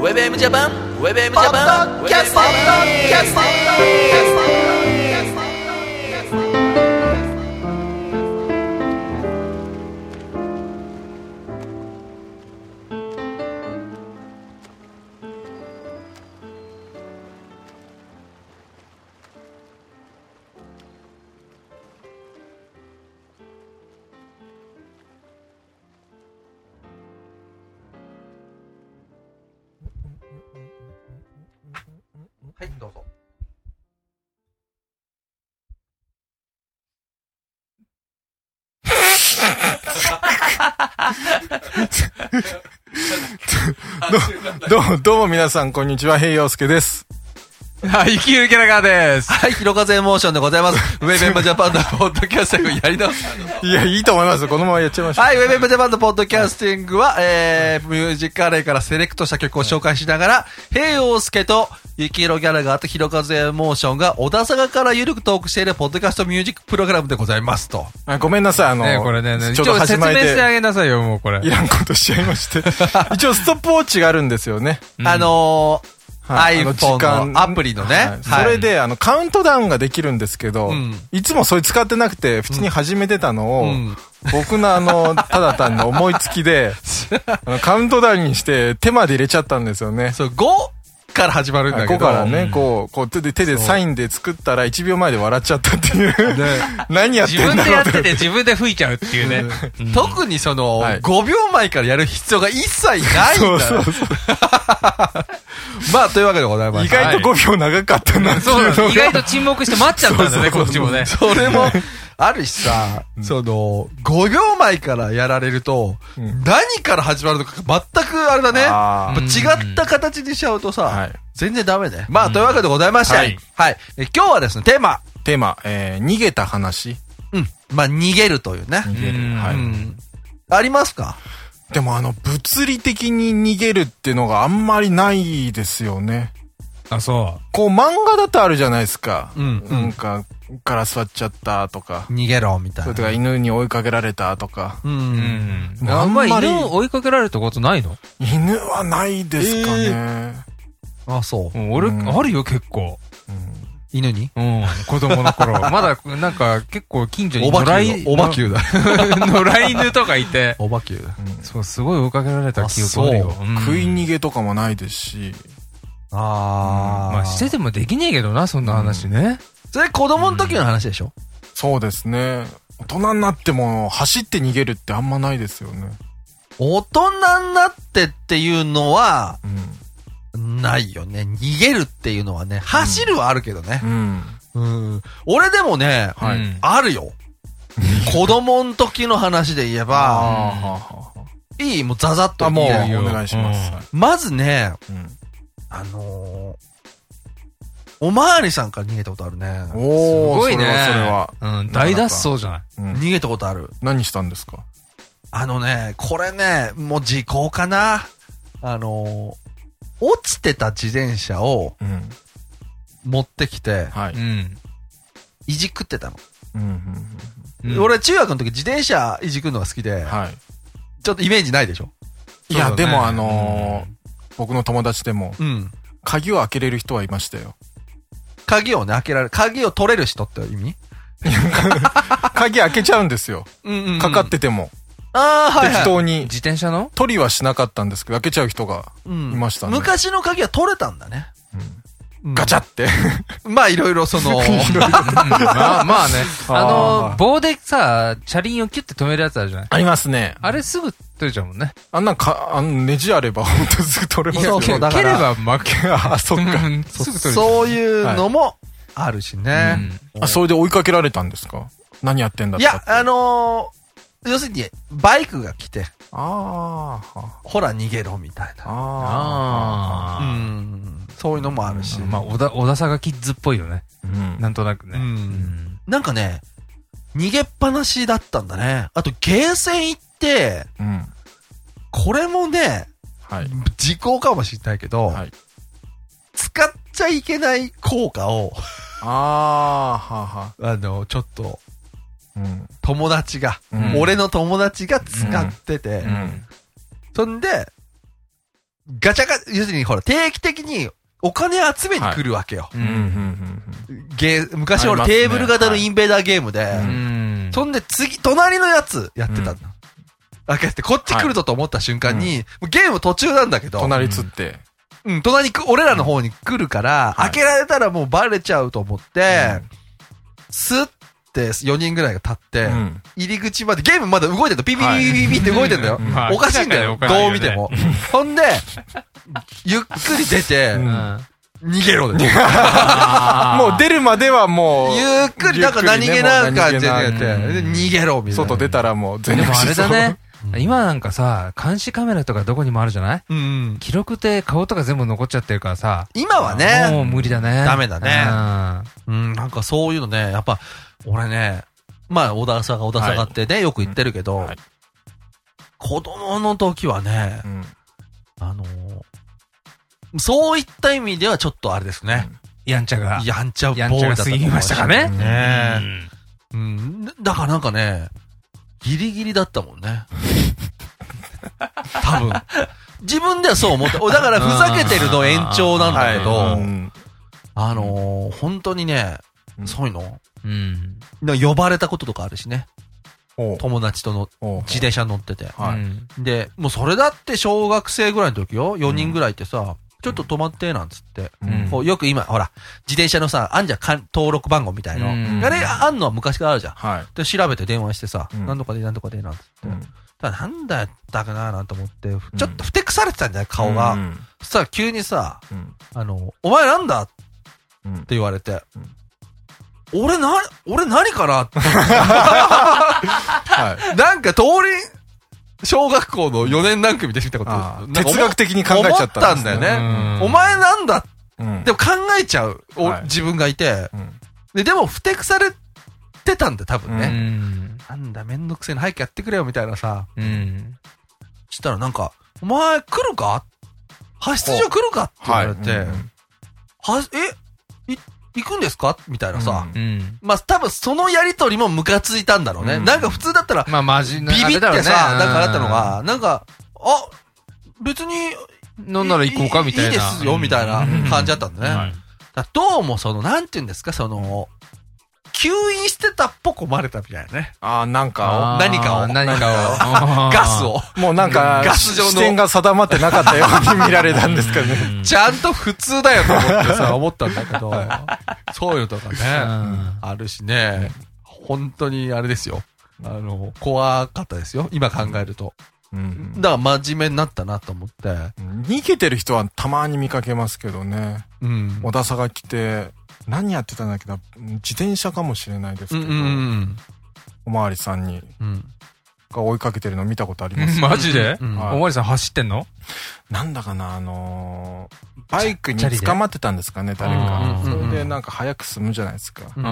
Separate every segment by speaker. Speaker 1: WebM ジャパン WebM ジャパン
Speaker 2: キャストキャストはいどうぞ
Speaker 3: どう、どうも皆さん、こんにちは、平洋介です。
Speaker 4: はい、生きるキャラガーです。
Speaker 1: はい、ひろかぜモーションでございます。 ウェブエムジャパンのポッドキャスティングやり直す。
Speaker 3: いや、いいと思います。このままやっちゃいましょう。
Speaker 1: はい、ウェブエムジャパンのポッドキャスティングは、えー、ミュージックアレイからセレクトした曲を紹介しながら、平洋介と、ゆきひろギャラガーとひろかぜモーションが小田坂からゆるくトークしているポッドキャストミュージックプログラムでございますと。
Speaker 3: あごめんなさい、あの、
Speaker 4: ねこれね、ね
Speaker 3: ち
Speaker 4: 一
Speaker 3: ょっと
Speaker 4: 応
Speaker 3: 始
Speaker 4: 説明
Speaker 3: まり
Speaker 4: してあ
Speaker 3: で、
Speaker 4: げなさいよ、もうこれ。
Speaker 3: いらんことしちゃいまして。一応、ストップウォッチがあるんですよね。
Speaker 1: あのー、
Speaker 3: はいあの
Speaker 1: iPhone のアプリのね
Speaker 3: はい
Speaker 1: はい
Speaker 3: それで、あの、カウントダウンができるんですけど、
Speaker 1: ん
Speaker 3: いつもそれ使ってなくて、普通に始めてたのを、
Speaker 1: ん
Speaker 3: 僕のあの、ただ単に思いつきで、あのカウントダウンにして、手まで入れちゃったんですよね。
Speaker 1: そう、5から始まるんだけど。
Speaker 3: 5からね、こう、こう手で、手でサインで作ったら1秒前で笑っちゃったっていう。 何やってん
Speaker 4: 自分
Speaker 3: だ
Speaker 4: で
Speaker 3: ろ
Speaker 4: や
Speaker 3: う
Speaker 4: っ
Speaker 3: と
Speaker 4: てて自分で吹いちゃうっていうね。
Speaker 1: 特にその、
Speaker 3: はい
Speaker 1: 5秒前からやる必要が一切ないんだ
Speaker 3: そう
Speaker 1: よ。
Speaker 3: そうそう
Speaker 1: まあ、というわけでございます。
Speaker 3: 意外と5秒長かったなって
Speaker 4: そう
Speaker 3: い
Speaker 4: な
Speaker 3: うの
Speaker 4: の。意
Speaker 3: が。
Speaker 4: 外と沈黙して待っちゃったんだね、こっちもね。
Speaker 1: それも、あるしさ、その、5秒前からやられると、何から始まるのか全くあれだね。
Speaker 3: あ
Speaker 1: やっぱ違った形にしちゃうとさ、
Speaker 3: はい
Speaker 1: 全然ダメね。まあ、というわけでございまして、
Speaker 4: は
Speaker 1: はいい、え今日はですね、テーマ、
Speaker 3: テーマ、えー、逃げた話。
Speaker 1: うん、まあ、逃げるというね。
Speaker 3: 逃げ
Speaker 4: う
Speaker 3: る。
Speaker 4: ん
Speaker 3: は
Speaker 4: う
Speaker 1: う
Speaker 3: い。
Speaker 1: ん。ありますか
Speaker 3: でもあの、物理的に逃げるっていうのがあんまりないですよね。
Speaker 4: あ、そ
Speaker 3: こう漫画だとあるじゃないですか。
Speaker 1: うん
Speaker 3: なんか、ガラス割っちゃったとか。
Speaker 1: 逃げろ、みたい
Speaker 3: それ
Speaker 1: な
Speaker 3: と。か犬に追いかけられたとか。
Speaker 1: う。
Speaker 4: う。うんん。
Speaker 3: もう
Speaker 4: あんまり
Speaker 3: あんまり
Speaker 4: 犬を追いかけられたことないの
Speaker 3: 犬はないですかね。
Speaker 1: あ、そう。
Speaker 4: 俺、
Speaker 3: うん
Speaker 4: あるよ、結構。
Speaker 1: 犬に
Speaker 4: うん。子供の頃。 まだ、なんか、結構近所に
Speaker 1: おばき
Speaker 4: 野
Speaker 1: ゅうだ。
Speaker 4: 良
Speaker 1: おばきゅうだ。
Speaker 4: 野良犬とかいて。
Speaker 1: おばきゅうだ。
Speaker 4: そう、すごい追いかけられた記憶あるよ
Speaker 1: あ。
Speaker 4: うん
Speaker 3: 食い逃げとかもないですし。
Speaker 1: あー。
Speaker 4: まあ、しててもできねえけどな、そんな話ね。
Speaker 1: それ子供の時の話でしょ、
Speaker 3: そうですね。大人になっても走って逃げるってあんまないですよね。
Speaker 1: 大人になってっていうのは、
Speaker 3: う
Speaker 1: ないよね。逃げるっていうのはね、走るはあるけどね。
Speaker 3: ん。うん。
Speaker 1: うん。俺でもね、
Speaker 3: はい
Speaker 4: うん
Speaker 1: あるよ。子供の時の話で言え
Speaker 3: あ
Speaker 1: ば、
Speaker 3: ーはあはあはあ
Speaker 1: いいもうザザッと
Speaker 3: あ、もう
Speaker 1: いいよ
Speaker 4: よ
Speaker 3: お願いします。
Speaker 4: うん
Speaker 3: はい
Speaker 1: まずね、
Speaker 3: うん
Speaker 1: あのーおまわりさんから逃げたことあるね。
Speaker 3: おー、
Speaker 4: すごいね
Speaker 3: それは
Speaker 4: うん、大脱走じゃない。
Speaker 3: それは。うん
Speaker 1: 逃げたことある。
Speaker 3: 何したんですか
Speaker 1: あのね、これね、もう時効かな。あのー落ちてた自転車を
Speaker 3: うん。
Speaker 1: 持ってきて、
Speaker 3: はい。
Speaker 4: ん。
Speaker 1: いじくってたの。
Speaker 3: うんうん
Speaker 4: うん、
Speaker 1: 俺、中学の時自転車いじくのが好きで、
Speaker 3: うん。はい。
Speaker 1: ちょっとイメージないでしょ
Speaker 3: い
Speaker 4: そうだ
Speaker 3: や、
Speaker 4: ね
Speaker 3: でもあのー、僕の友達でも、
Speaker 1: うん。
Speaker 3: 鍵を開けれる人はいましたよ。
Speaker 1: 鍵をね、開けられる。鍵を取れる人って意味
Speaker 3: 鍵開けちゃうんですよ。
Speaker 1: うんう
Speaker 3: かかっ。てても。
Speaker 1: ああ、はい、
Speaker 3: 適
Speaker 1: はい。
Speaker 3: 当に。
Speaker 4: 自転車の
Speaker 3: 取りはしなかったんですけど、開けちゃう人が。
Speaker 1: うん
Speaker 3: いましたね
Speaker 1: 昔の鍵は取れたんだね。
Speaker 3: ガチャって。
Speaker 1: ャまあ、いろいろ その、
Speaker 4: まあまあね。
Speaker 3: あー
Speaker 4: あの、棒でさ、車輪をキュッて止めるやつあるじゃない
Speaker 3: ありますね。
Speaker 4: あれすぐ取れちゃうもんね。
Speaker 3: あんなんか、あの、ネジあれば、 ほんとすぐ取れますよ
Speaker 1: いやそうだか
Speaker 4: 蹴れ
Speaker 1: ら
Speaker 4: ば負 け。
Speaker 3: あ、そっか。
Speaker 4: うんすぐ取れちゃう。
Speaker 1: そういうのもあるし
Speaker 4: う
Speaker 1: ね。
Speaker 4: ん
Speaker 3: あ、それで追いかけられたんですか何やってんだって。
Speaker 1: いや、あのー要するに、バイクが来て、
Speaker 3: あーは
Speaker 1: ほら逃げろみたいな。
Speaker 3: あ
Speaker 1: う
Speaker 4: あ
Speaker 1: ん。そういうのもあるし
Speaker 4: あ。。まあ、小田、小田坂キッズっぽいよね。
Speaker 3: ーうん
Speaker 4: なんとなくね。
Speaker 1: う
Speaker 4: うんん。
Speaker 1: なんかね、逃げっぱなしだったんだね。あと、ゲーセン行って、
Speaker 3: うん。
Speaker 1: これもね、
Speaker 3: はい。
Speaker 1: 時効かもしれないけど、
Speaker 3: はい
Speaker 1: 使っちゃいけない効果を、
Speaker 3: あーはは。
Speaker 1: あの、ちょっと、
Speaker 3: うん。
Speaker 1: 友達が、
Speaker 3: うん
Speaker 1: 俺の友達が使ってて、
Speaker 3: うん。
Speaker 1: そんで、ガチャガチャ、要するにほら、定期的にお金集めに来るわけよ。
Speaker 3: うんうん
Speaker 1: ゲー昔
Speaker 3: あり
Speaker 1: 俺、
Speaker 3: ますね
Speaker 1: テーブル型のインベーダーゲームで、
Speaker 3: う
Speaker 4: うん。
Speaker 1: そんで次、隣のやつやってたんだ。あ、けって、こっち来るぞと思った瞬間に、
Speaker 3: は
Speaker 1: もうゲーム途中なんだけど、
Speaker 3: 隣つって。
Speaker 1: うん、隣く、俺らの方に来るから、
Speaker 3: はい
Speaker 1: 開けられたらもうバレちゃうと思って、スッって4人ぐらいが立って、
Speaker 3: うん
Speaker 1: 入り口まで、ゲームまだ動いてると、ピピピピピピって動いてんだよ
Speaker 3: うん。
Speaker 4: ま あ
Speaker 1: おかしいんだよ、
Speaker 4: 明らかに
Speaker 1: どう
Speaker 4: お
Speaker 1: 見
Speaker 4: かしていよ
Speaker 1: も。ほんで、ゆっくり出て、
Speaker 3: うん
Speaker 1: 逃 げろで。
Speaker 3: もう出るまではもう、
Speaker 1: ゆっくり、なんか何気な感じで出て、で
Speaker 3: で
Speaker 1: 逃げろ、みたいな。
Speaker 3: 外出たらもう
Speaker 4: で
Speaker 3: 全
Speaker 4: も
Speaker 3: 力
Speaker 4: あれ
Speaker 3: 疾
Speaker 4: だ
Speaker 3: 走
Speaker 4: ね。。今なんかさ、監視カメラとかどこにもあるじゃない
Speaker 1: うん。
Speaker 4: 記録って顔とか全部残っちゃってるからさ。
Speaker 1: 今は
Speaker 4: もう
Speaker 1: ね、
Speaker 4: 無理だね。
Speaker 1: ダメだね
Speaker 4: ね。
Speaker 1: うん、なんかそういうのね、やっぱ、俺ね、まあ、小田坂、小田坂ってね、よく言ってるけど
Speaker 3: はい、
Speaker 1: 子供の時はね
Speaker 3: う、ん
Speaker 1: あのー、そういった意味ではちょっとあれですね。
Speaker 4: やんちゃが。
Speaker 1: やんちゃボー
Speaker 4: や
Speaker 1: イ
Speaker 4: んちゃ
Speaker 1: だ
Speaker 4: が
Speaker 1: ったと思
Speaker 4: 過
Speaker 1: う
Speaker 4: ぎましたかね。
Speaker 1: ねう
Speaker 4: うん
Speaker 1: ん。だからなんかね、ギリギリだったもんね。多分。自分ではそう思って。おだからふざけてるの延長なんだけど、
Speaker 3: は
Speaker 4: う
Speaker 3: いうん
Speaker 1: あのー、本当にね、
Speaker 3: うん
Speaker 1: そういうの
Speaker 4: うん。
Speaker 1: なんか呼ばれたこととかあるしね。
Speaker 3: おう
Speaker 1: 友達との
Speaker 3: おう
Speaker 1: 自転車乗ってて。
Speaker 3: はい
Speaker 4: うん
Speaker 1: で、もうそれだって小学生ぐらいの時よ。4人ぐらいってさ、ちょっと止まって、なんつって。
Speaker 3: うん
Speaker 1: こうよく今、ほら、自転車のさ、あんじゃんかん、登録番号みたいの。
Speaker 4: うん
Speaker 1: あれ、あんのは昔からあるじゃん。
Speaker 3: はい。
Speaker 1: で、調べて電話してさ、
Speaker 3: うん
Speaker 1: なんとかでなんとかでなんつって。
Speaker 3: うん
Speaker 1: ただなんだったかななんて思って、ちょっとふてくされてたんだよ、顔が。
Speaker 3: うん
Speaker 1: そしたら急にさ、
Speaker 3: うん
Speaker 1: あの、お前なんだって
Speaker 3: うん
Speaker 1: 言われて、俺な、俺何かなって
Speaker 3: はい。
Speaker 1: なんか通り、小学校の4年何組で見たこと
Speaker 3: あー
Speaker 1: なんか
Speaker 3: 哲学的に考えちゃったです
Speaker 1: 思ったんだよね
Speaker 4: うん
Speaker 1: お前なんだ
Speaker 3: うん
Speaker 1: でも考えちゃう、お
Speaker 3: はい
Speaker 1: 自分がいて。
Speaker 3: うん
Speaker 1: で、でもふてくされてたんだよ、多分
Speaker 4: う
Speaker 1: ね。
Speaker 4: ん。
Speaker 1: なんだ、めんどくせえな、早くやってくれよ、みたいなさ。
Speaker 4: うん。
Speaker 1: したらなんか、お前来るか派出所来るかって言われて、
Speaker 3: うん
Speaker 1: はえい行くんですかみたいなさ。
Speaker 4: うん。
Speaker 1: まあ、多分そのやりとりもムカついたんだろうね。
Speaker 3: うん
Speaker 1: なんか普通だったら、
Speaker 4: まあ、マジ
Speaker 1: ビビってさ、なんかあったの、が、なんか、あ、別に、
Speaker 4: 飲んなら行こうかみたいな。
Speaker 1: いいですよ、みたいな感じだったんだね。
Speaker 4: はい
Speaker 1: だからどうもその、なんて言うんですか、その、吸引してたっぽく思われたみたいなね。
Speaker 3: ああ、なんか、
Speaker 4: あー
Speaker 1: 何かを
Speaker 4: 何 かを。
Speaker 1: ガス。を。
Speaker 3: もうなんか、
Speaker 1: ガス状の
Speaker 3: 視点が定まってなかったように見られたんですかね。
Speaker 1: ちゃんと普通だよと思ってさ、思ったんだ けど、そういうとかね、
Speaker 4: うん
Speaker 1: あるしね、本当にあれですよ。あの、怖かったですよ。今考えると。
Speaker 3: うん
Speaker 1: だから真面目になったなと思って。
Speaker 3: 逃げてる人はたまに見かけますけどね。
Speaker 1: うん。
Speaker 3: 小田さが来て、何やってたんだっけど、自転車かもしれないです
Speaker 1: う
Speaker 3: けど、
Speaker 1: んうん
Speaker 3: おまわりさんに、
Speaker 1: うん。うん。
Speaker 3: が追いかけてるの見たことあります。
Speaker 4: マジで
Speaker 1: うん
Speaker 3: はい
Speaker 4: おまわりさん走ってんの
Speaker 3: なんだかな、あのーバイクに
Speaker 4: チャリで
Speaker 3: 捕まってたんですかね、誰か。
Speaker 1: うん
Speaker 3: そ
Speaker 1: うんうんうん
Speaker 3: れでなんか早く済むじゃないですか。
Speaker 1: うん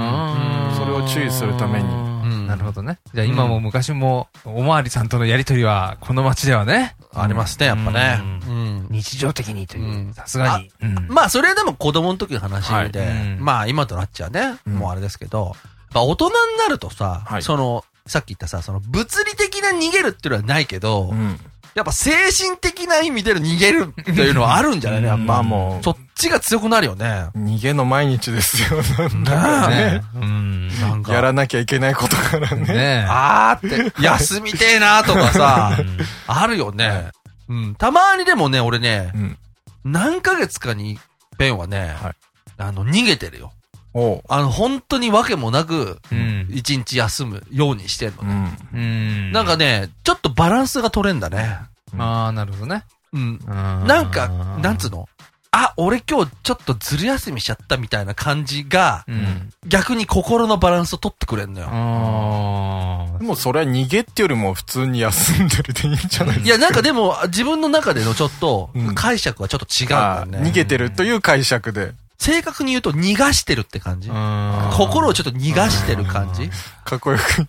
Speaker 3: それを注意するために
Speaker 1: ん
Speaker 4: なるほどね。じゃあ今も昔も、おまわりさんとのやりとりは、この街ではね、
Speaker 1: ありますね、やっぱね。うん。
Speaker 4: 日常的にと
Speaker 1: うん
Speaker 4: さすがに。うん
Speaker 1: まあ、それでも子供の時の話で、
Speaker 4: はいうん
Speaker 1: まあ、今となっちゃうね、
Speaker 3: うん
Speaker 1: もうあれですけど、やっぱ大人になるとさ、
Speaker 3: はい
Speaker 1: その、さっき言ったさ、その物理的な逃げるっていうのはないけど、
Speaker 3: うん
Speaker 1: やっぱ精神的な意味での逃げるっていうのはあるんじゃないね、やっぱ。
Speaker 3: まあも
Speaker 1: そっちが強くなるよね。
Speaker 3: う、逃げの毎日ですよ。
Speaker 1: ね
Speaker 4: ね。うん。
Speaker 1: えなん
Speaker 3: や
Speaker 1: か、
Speaker 3: らなきゃいけないことからね。
Speaker 4: ね
Speaker 1: あーって、休みてえなーとかさ
Speaker 4: う、ん
Speaker 1: あるよね。うん。たまにでもね、俺ね、
Speaker 3: うん
Speaker 1: 何ヶ月かに一遍はね、
Speaker 3: はい
Speaker 1: あの、逃げてるよ。
Speaker 3: おう。
Speaker 1: あの、本当に訳もなく、
Speaker 4: うん
Speaker 1: 一日休むようにしてんの
Speaker 3: う
Speaker 1: ね。
Speaker 3: ん。
Speaker 4: うん。
Speaker 1: なんか、ね、ちょっとバランスが取れんだね。
Speaker 4: ああ、なるほどね。
Speaker 1: うん。な
Speaker 4: なん
Speaker 1: か、なんつうのあ、俺今日ちょっとずる休みしちゃったみたいな感じが、
Speaker 4: うん。
Speaker 1: 逆に心のバランスを取ってくれんのよ。
Speaker 4: あ
Speaker 3: でもそれは逃げってよりも普通に休んでるでいいんじゃない
Speaker 1: いや、なんかでも、自分の中でのちょっと
Speaker 3: う、ん
Speaker 1: 解釈はちょっと違うんだ
Speaker 3: あ
Speaker 1: よ
Speaker 3: あ
Speaker 1: ね。
Speaker 3: 逃げてるという解釈で
Speaker 1: 正確に言うと、逃がしてるって感じ。
Speaker 4: あ。
Speaker 1: 心をちょっと逃がしてる感じ。
Speaker 3: かっこよ く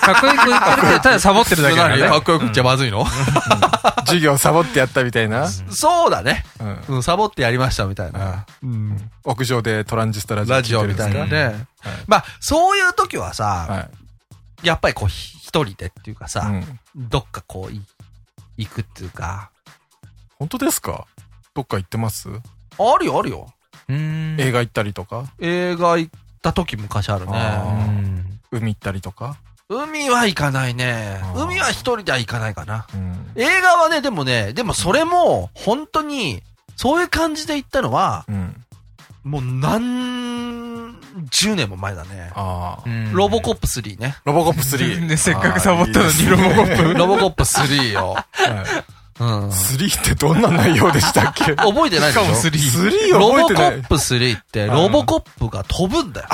Speaker 4: かっこよく言ってるけど、ただサボってるだけだ
Speaker 1: 何
Speaker 4: ね
Speaker 1: か。っこよく言っちゃまずいの、
Speaker 3: 授業サボってやったみたいな、
Speaker 1: そうだね。
Speaker 3: うん、
Speaker 1: うん、サボってやりましたみたいな。うん。
Speaker 3: 屋上でトランジスタラジオ
Speaker 1: ラジ
Speaker 3: 聞
Speaker 1: オ
Speaker 3: いてる
Speaker 1: み
Speaker 3: んです
Speaker 1: たい
Speaker 3: か
Speaker 1: な
Speaker 4: ラ
Speaker 1: ね。まあ、そういう時はさ、
Speaker 3: はい
Speaker 1: やっぱりこう、ひ一人でっていうか
Speaker 3: う
Speaker 1: さ、
Speaker 3: ん、
Speaker 1: どっかこうい、行くっていうか、
Speaker 3: 本当ですかどっか行ってます
Speaker 1: あるよ、あるよ。
Speaker 4: うーん。
Speaker 3: 映画行ったりとか、
Speaker 1: 映画行った時昔ある
Speaker 3: あ
Speaker 1: ね。
Speaker 4: うん。
Speaker 3: 海行ったりとか。
Speaker 1: 海は行かないね
Speaker 3: あ。ー
Speaker 1: 海は一人では行かないかな。
Speaker 3: うん。
Speaker 1: 映画はね、でもね、でもそれも、本当に、そういう感じで行ったのは、
Speaker 3: うん。
Speaker 1: もう何十年も前だね。
Speaker 3: ああ。
Speaker 4: うん
Speaker 1: ロボコップ3ね。
Speaker 3: ロボコップ3。
Speaker 4: ねせっかくサボった
Speaker 3: あ
Speaker 4: のに
Speaker 3: ーいいで
Speaker 4: ロ
Speaker 3: すね
Speaker 4: ボコップ。
Speaker 1: ロボコップ3よ。
Speaker 3: はい
Speaker 1: うん。
Speaker 3: 3ってどんな内容でしたっ け
Speaker 1: 覚えてないでし
Speaker 4: しかも
Speaker 1: ょ
Speaker 4: スリー。
Speaker 3: 3
Speaker 1: ロ
Speaker 3: 覚
Speaker 1: ボ
Speaker 3: え
Speaker 1: コ
Speaker 3: てない
Speaker 1: ップ3って、ロボコップが飛ぶんだよ。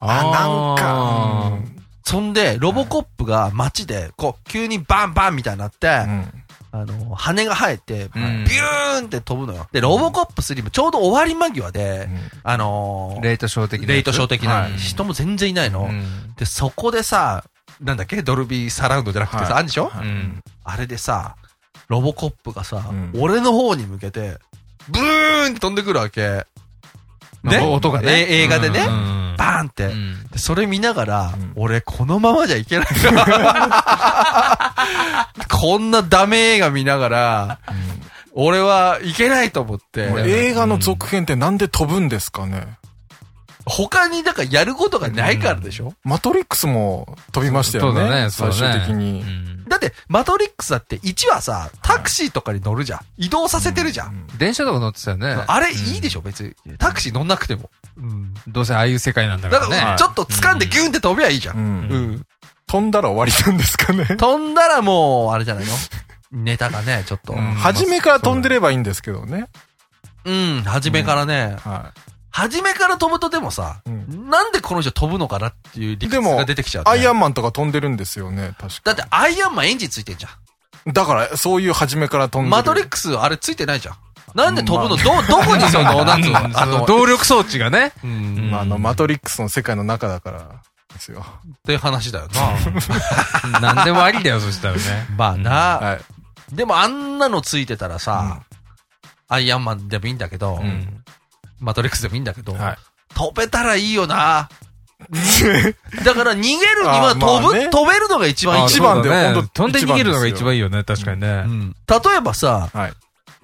Speaker 3: あ、なん
Speaker 1: そんで、ロボコップが街で、こう、急にバンバンみたいになって、
Speaker 3: か。うん。
Speaker 1: あの、羽が生えて、ビ
Speaker 4: うん
Speaker 1: ューンって飛ぶのよ。で、ロボコップ3もちょうど終わり間際で、あのー
Speaker 4: レイトショー的なやつ。
Speaker 1: レイトショー的な
Speaker 4: はい
Speaker 1: 人も全然いないの。
Speaker 4: うん
Speaker 1: で、そこでさ、なんだっけドルビーサラウンドじゃなくてさ、
Speaker 3: はい
Speaker 1: あるでしょ、
Speaker 4: うん。
Speaker 1: あれでさ、ロボコップがさ、
Speaker 3: うん
Speaker 1: 俺の方に向けて、ブーンって飛んでくるわけ。ね
Speaker 4: まあ音がね。
Speaker 1: え映画でね
Speaker 4: うんうん
Speaker 1: バーンって。
Speaker 4: うん
Speaker 1: でそれ見ながら、
Speaker 3: うん
Speaker 1: 俺このままじゃいけない。こんなダメ映画見ながら、俺はいけないと思って
Speaker 3: もう、映画の続編ってなんで飛ぶんですかね
Speaker 1: 他にだからやることがないからでしょ、
Speaker 3: マトリックスも飛びましたよ
Speaker 4: そうだ
Speaker 3: ね。
Speaker 4: ね、そう
Speaker 3: 最終
Speaker 4: だね
Speaker 3: 的に
Speaker 4: う。ん
Speaker 1: だって、マトリックスだって1はさ、タクシーとかに乗るじゃん。移動させてるじゃん。
Speaker 4: 電車とか乗ってたよね。
Speaker 1: あれいいでしょ別に。タクシー乗んなくても。
Speaker 4: どうせああいう世界なんだ
Speaker 1: だ
Speaker 4: から
Speaker 1: か
Speaker 4: ね。
Speaker 1: ら、ちょっと掴んでギュンって飛べばいいじゃ。
Speaker 3: うんん
Speaker 1: う
Speaker 3: うん
Speaker 1: ん。
Speaker 3: 飛んだら終わりなんですかね
Speaker 1: 飛んだらもう、あれじゃないのネタがね、ちょっと。
Speaker 4: うん
Speaker 3: 初めから飛んでればいいんですけどね。
Speaker 1: うん、初めからね。
Speaker 3: は
Speaker 1: 初めから飛ぶとでもさ、
Speaker 3: うん
Speaker 1: なんでこの人飛ぶのかなっていう理屈が出てきちゃ
Speaker 3: い。
Speaker 1: う、
Speaker 3: アイア
Speaker 1: ン
Speaker 3: ンマンとか飛んでるんですよね、確
Speaker 1: だ
Speaker 3: か。
Speaker 1: ってアイアンマンエンジンついてんじゃん。
Speaker 3: だから、そういう初めから飛んでる。
Speaker 1: マトリックスあれついてないじゃん。なんで飛ぶの、ど、どこにその、なんつうの
Speaker 4: うん
Speaker 1: あ
Speaker 4: その
Speaker 1: の、
Speaker 4: 動力装置がね。
Speaker 1: うん、
Speaker 3: まあ、あの、
Speaker 4: うん
Speaker 3: マトリックスの世界の中だから、ですよ。
Speaker 1: っていう話だよな。
Speaker 4: なんでもありだよ、そしたらね。
Speaker 1: まあな、
Speaker 3: はい。
Speaker 1: でもあんなのついてたらさ、アイアンマンでもいいんだけど、
Speaker 4: うん
Speaker 1: マトリックスでもいいんだけど、
Speaker 3: はい
Speaker 1: 飛べたらいいよな。だから逃げるには
Speaker 3: あーまあ
Speaker 1: 飛ぶ、
Speaker 3: ね
Speaker 1: 飛べるのが一番いい
Speaker 3: 一
Speaker 1: じ
Speaker 3: 番だよ
Speaker 4: そうだね
Speaker 3: ほんと
Speaker 4: 飛んで逃げるのが
Speaker 3: 一
Speaker 4: 一
Speaker 3: 番
Speaker 4: 番いいよね、確かに
Speaker 1: ゃ
Speaker 4: ね
Speaker 1: ん。。例えばさ、
Speaker 3: はい。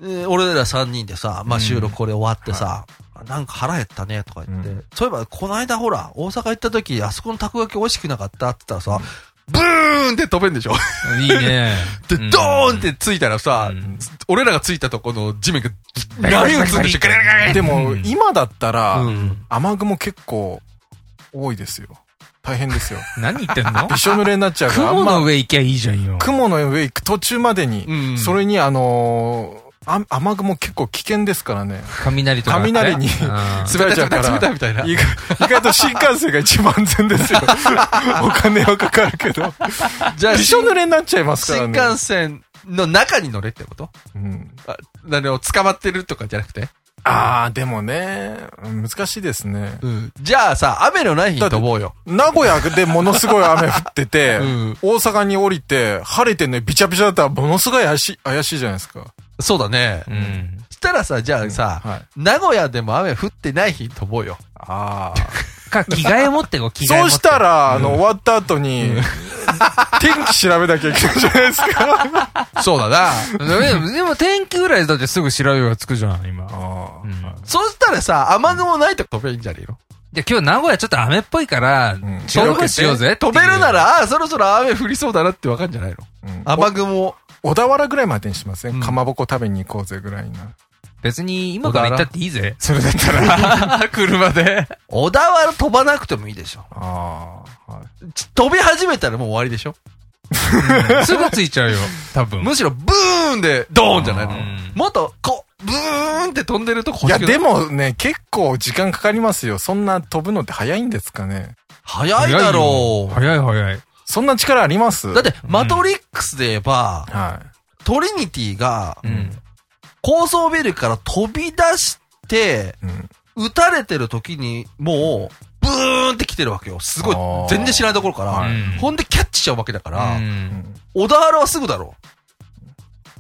Speaker 1: えー俺ら3人でさ、まあ、
Speaker 4: うん
Speaker 1: 収録これ終わってさ、あなんか腹減ったねとか言って、
Speaker 3: うん
Speaker 1: そういえばこの間ほら、大阪行った時、あそこのたこ焼き美味しくなかったって言ったらさ、ブーンって飛べんでしょ
Speaker 4: いいね。
Speaker 1: で、
Speaker 4: うん
Speaker 1: ドーンってついたらさ、
Speaker 4: うん
Speaker 1: 俺らがついたとこの地面が、波打つんでしょ、ガリガリガ リガリ
Speaker 3: でも、
Speaker 4: うん
Speaker 3: 今だったら、
Speaker 1: うん
Speaker 3: 雨雲結構、多いですよ。大変ですよ。
Speaker 4: 何言ってんの
Speaker 3: びしょ濡れになっちゃうから、
Speaker 4: 雲
Speaker 3: あん
Speaker 4: の
Speaker 3: ま、
Speaker 4: 上行きゃいいじゃんよ。
Speaker 3: 雲の上行く途中までに、
Speaker 1: うん
Speaker 3: それに、あのーあ雨雲結構危険ですからね。
Speaker 4: 雷とかあって。
Speaker 3: 雷に
Speaker 4: うん
Speaker 3: 滑っちゃうから。
Speaker 1: 冷たい冷たい冷たいみたいな
Speaker 3: 意外意外と新幹線が一番安全ですよ。お金はかかるけど。
Speaker 1: じゃあ、
Speaker 3: びしょ濡れになっちゃいますから
Speaker 1: 新
Speaker 3: ね。
Speaker 1: 幹線の中に乗れってこと
Speaker 3: うん
Speaker 1: あ、なの、捕まってるとかじゃなくて
Speaker 3: ああ、でもね、難しいですね。
Speaker 1: うん。じゃあさ、雨のない日に飛ぼうよ。
Speaker 3: 名古屋でものすごい雨降ってて、
Speaker 1: うん
Speaker 3: 大阪に降りて、晴れてね、びちゃびちゃだったらものすごい怪しい、怪しいじゃないですか。
Speaker 1: そうだね。
Speaker 4: うん。
Speaker 1: そしたらさ、じゃあさ、
Speaker 3: はい。
Speaker 1: 名古屋でも雨降ってない日に飛ぼうよ。
Speaker 3: ああ。
Speaker 4: か、着替え持ってこ、着替え 持っ
Speaker 3: そ
Speaker 4: て。
Speaker 3: うした、ら、あの、終わった後に、天気調べなきゃいけないじゃないですか。
Speaker 1: そうだな。
Speaker 4: でも、でも天気ぐらいだってすぐ調べがつくじゃん、今。じゃあ
Speaker 3: あ
Speaker 4: うん
Speaker 1: そうしたらさ、雨雲ないと飛べばいいんじゃねえの
Speaker 4: 今日名古屋ちょっと雨っぽいから、
Speaker 3: ん
Speaker 4: 違うことしようぜ。
Speaker 1: 飛べるな、ら、あそろそろ雨降りそうだなってわかんじゃないの
Speaker 3: うん
Speaker 1: 雨雲。
Speaker 3: お小田原ぐらいまでにしません、
Speaker 1: うん
Speaker 3: かまぼこ食べに行こうぜぐらいな。
Speaker 4: 別に今から行ったっていいぜ。 それだったら。 車で。
Speaker 1: 小田原飛ばなくてもいいでしょ。
Speaker 3: ああ、はい。
Speaker 1: ち飛び始めたらもう終わりでしょ
Speaker 4: すぐ着いちゃうよ、多分。
Speaker 1: むしろブーンでドーンじゃないの
Speaker 4: うん
Speaker 1: もっと、こう、ブーンって飛んでるとこ
Speaker 3: いや、
Speaker 1: 欲しくな
Speaker 3: でもね、結構時間かかりますよ。そんな飛ぶのって早いんですかね。
Speaker 1: 早いだろ
Speaker 4: 早いよ早い早い。
Speaker 3: そんな力あります
Speaker 1: う。だって、マトリックスで言えば、
Speaker 3: は
Speaker 1: トリニティが
Speaker 4: う、ん。
Speaker 1: 高層ビルから飛び出して、
Speaker 3: い。うん。
Speaker 1: 撃たれてる時に、もう、ブーンって来てるわけよ。すごい
Speaker 3: あ、ー
Speaker 1: 全然知らないところから。
Speaker 3: はい
Speaker 4: うん
Speaker 1: ほんでキャッチしちゃうわけだから、
Speaker 4: うん
Speaker 1: 小田原はすぐだろ。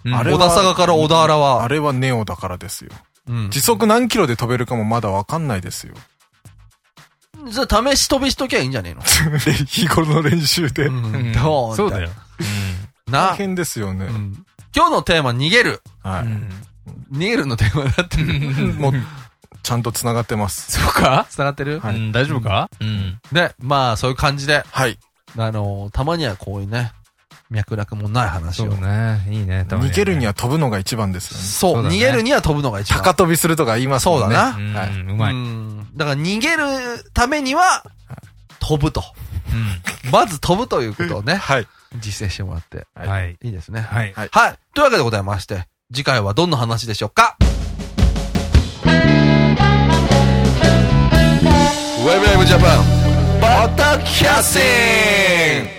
Speaker 4: うん
Speaker 3: あれ
Speaker 1: 小
Speaker 3: は
Speaker 1: 田坂から小田原
Speaker 3: あ
Speaker 1: は。
Speaker 3: れはネオだからですよ。
Speaker 1: うん。
Speaker 3: 時速何キロで飛べるかもまだわかんない ですよ。
Speaker 1: じゃあ試し飛びしときゃいいんじゃねえの
Speaker 3: 日頃の練習で。
Speaker 4: うん
Speaker 1: どう
Speaker 4: そうだよ。
Speaker 1: な
Speaker 3: 大。変ですよね。
Speaker 1: うん今日のテーマ、逃げる。
Speaker 3: は
Speaker 4: う
Speaker 3: い。
Speaker 4: ん
Speaker 1: ニエルの電話だってる。
Speaker 3: もう、ちゃんと繋がってます。
Speaker 4: そうか
Speaker 1: 繋がってる、
Speaker 3: はい
Speaker 4: うん、大丈夫かうん。
Speaker 1: で、まあ、そういう感じで、
Speaker 3: はい。
Speaker 1: あの、たまにはこういうね、脈絡もない話
Speaker 4: そ
Speaker 1: を。
Speaker 4: うね。いいね。たまに
Speaker 3: 逃げるに
Speaker 4: は
Speaker 3: は飛ぶのが一番ですよね。
Speaker 1: そう
Speaker 4: そうだね
Speaker 1: 逃げるには飛ぶのが一番。
Speaker 3: 高飛びするとか言います
Speaker 1: そ
Speaker 3: も
Speaker 1: うんだ
Speaker 3: ね。
Speaker 1: な。
Speaker 3: は
Speaker 4: ね。
Speaker 3: い
Speaker 4: うん、うまい。
Speaker 1: う
Speaker 4: うん。
Speaker 1: ん。だから逃げるためには、飛ぶと。まず飛ぶということをね、
Speaker 3: はい。
Speaker 1: 実践してもらって。
Speaker 4: はい。
Speaker 1: いいですね。
Speaker 4: はい。
Speaker 3: はい
Speaker 1: はい。というわけでございまして、次回はどんな話でしょうかウェブウェブジャパン、バタキャスティング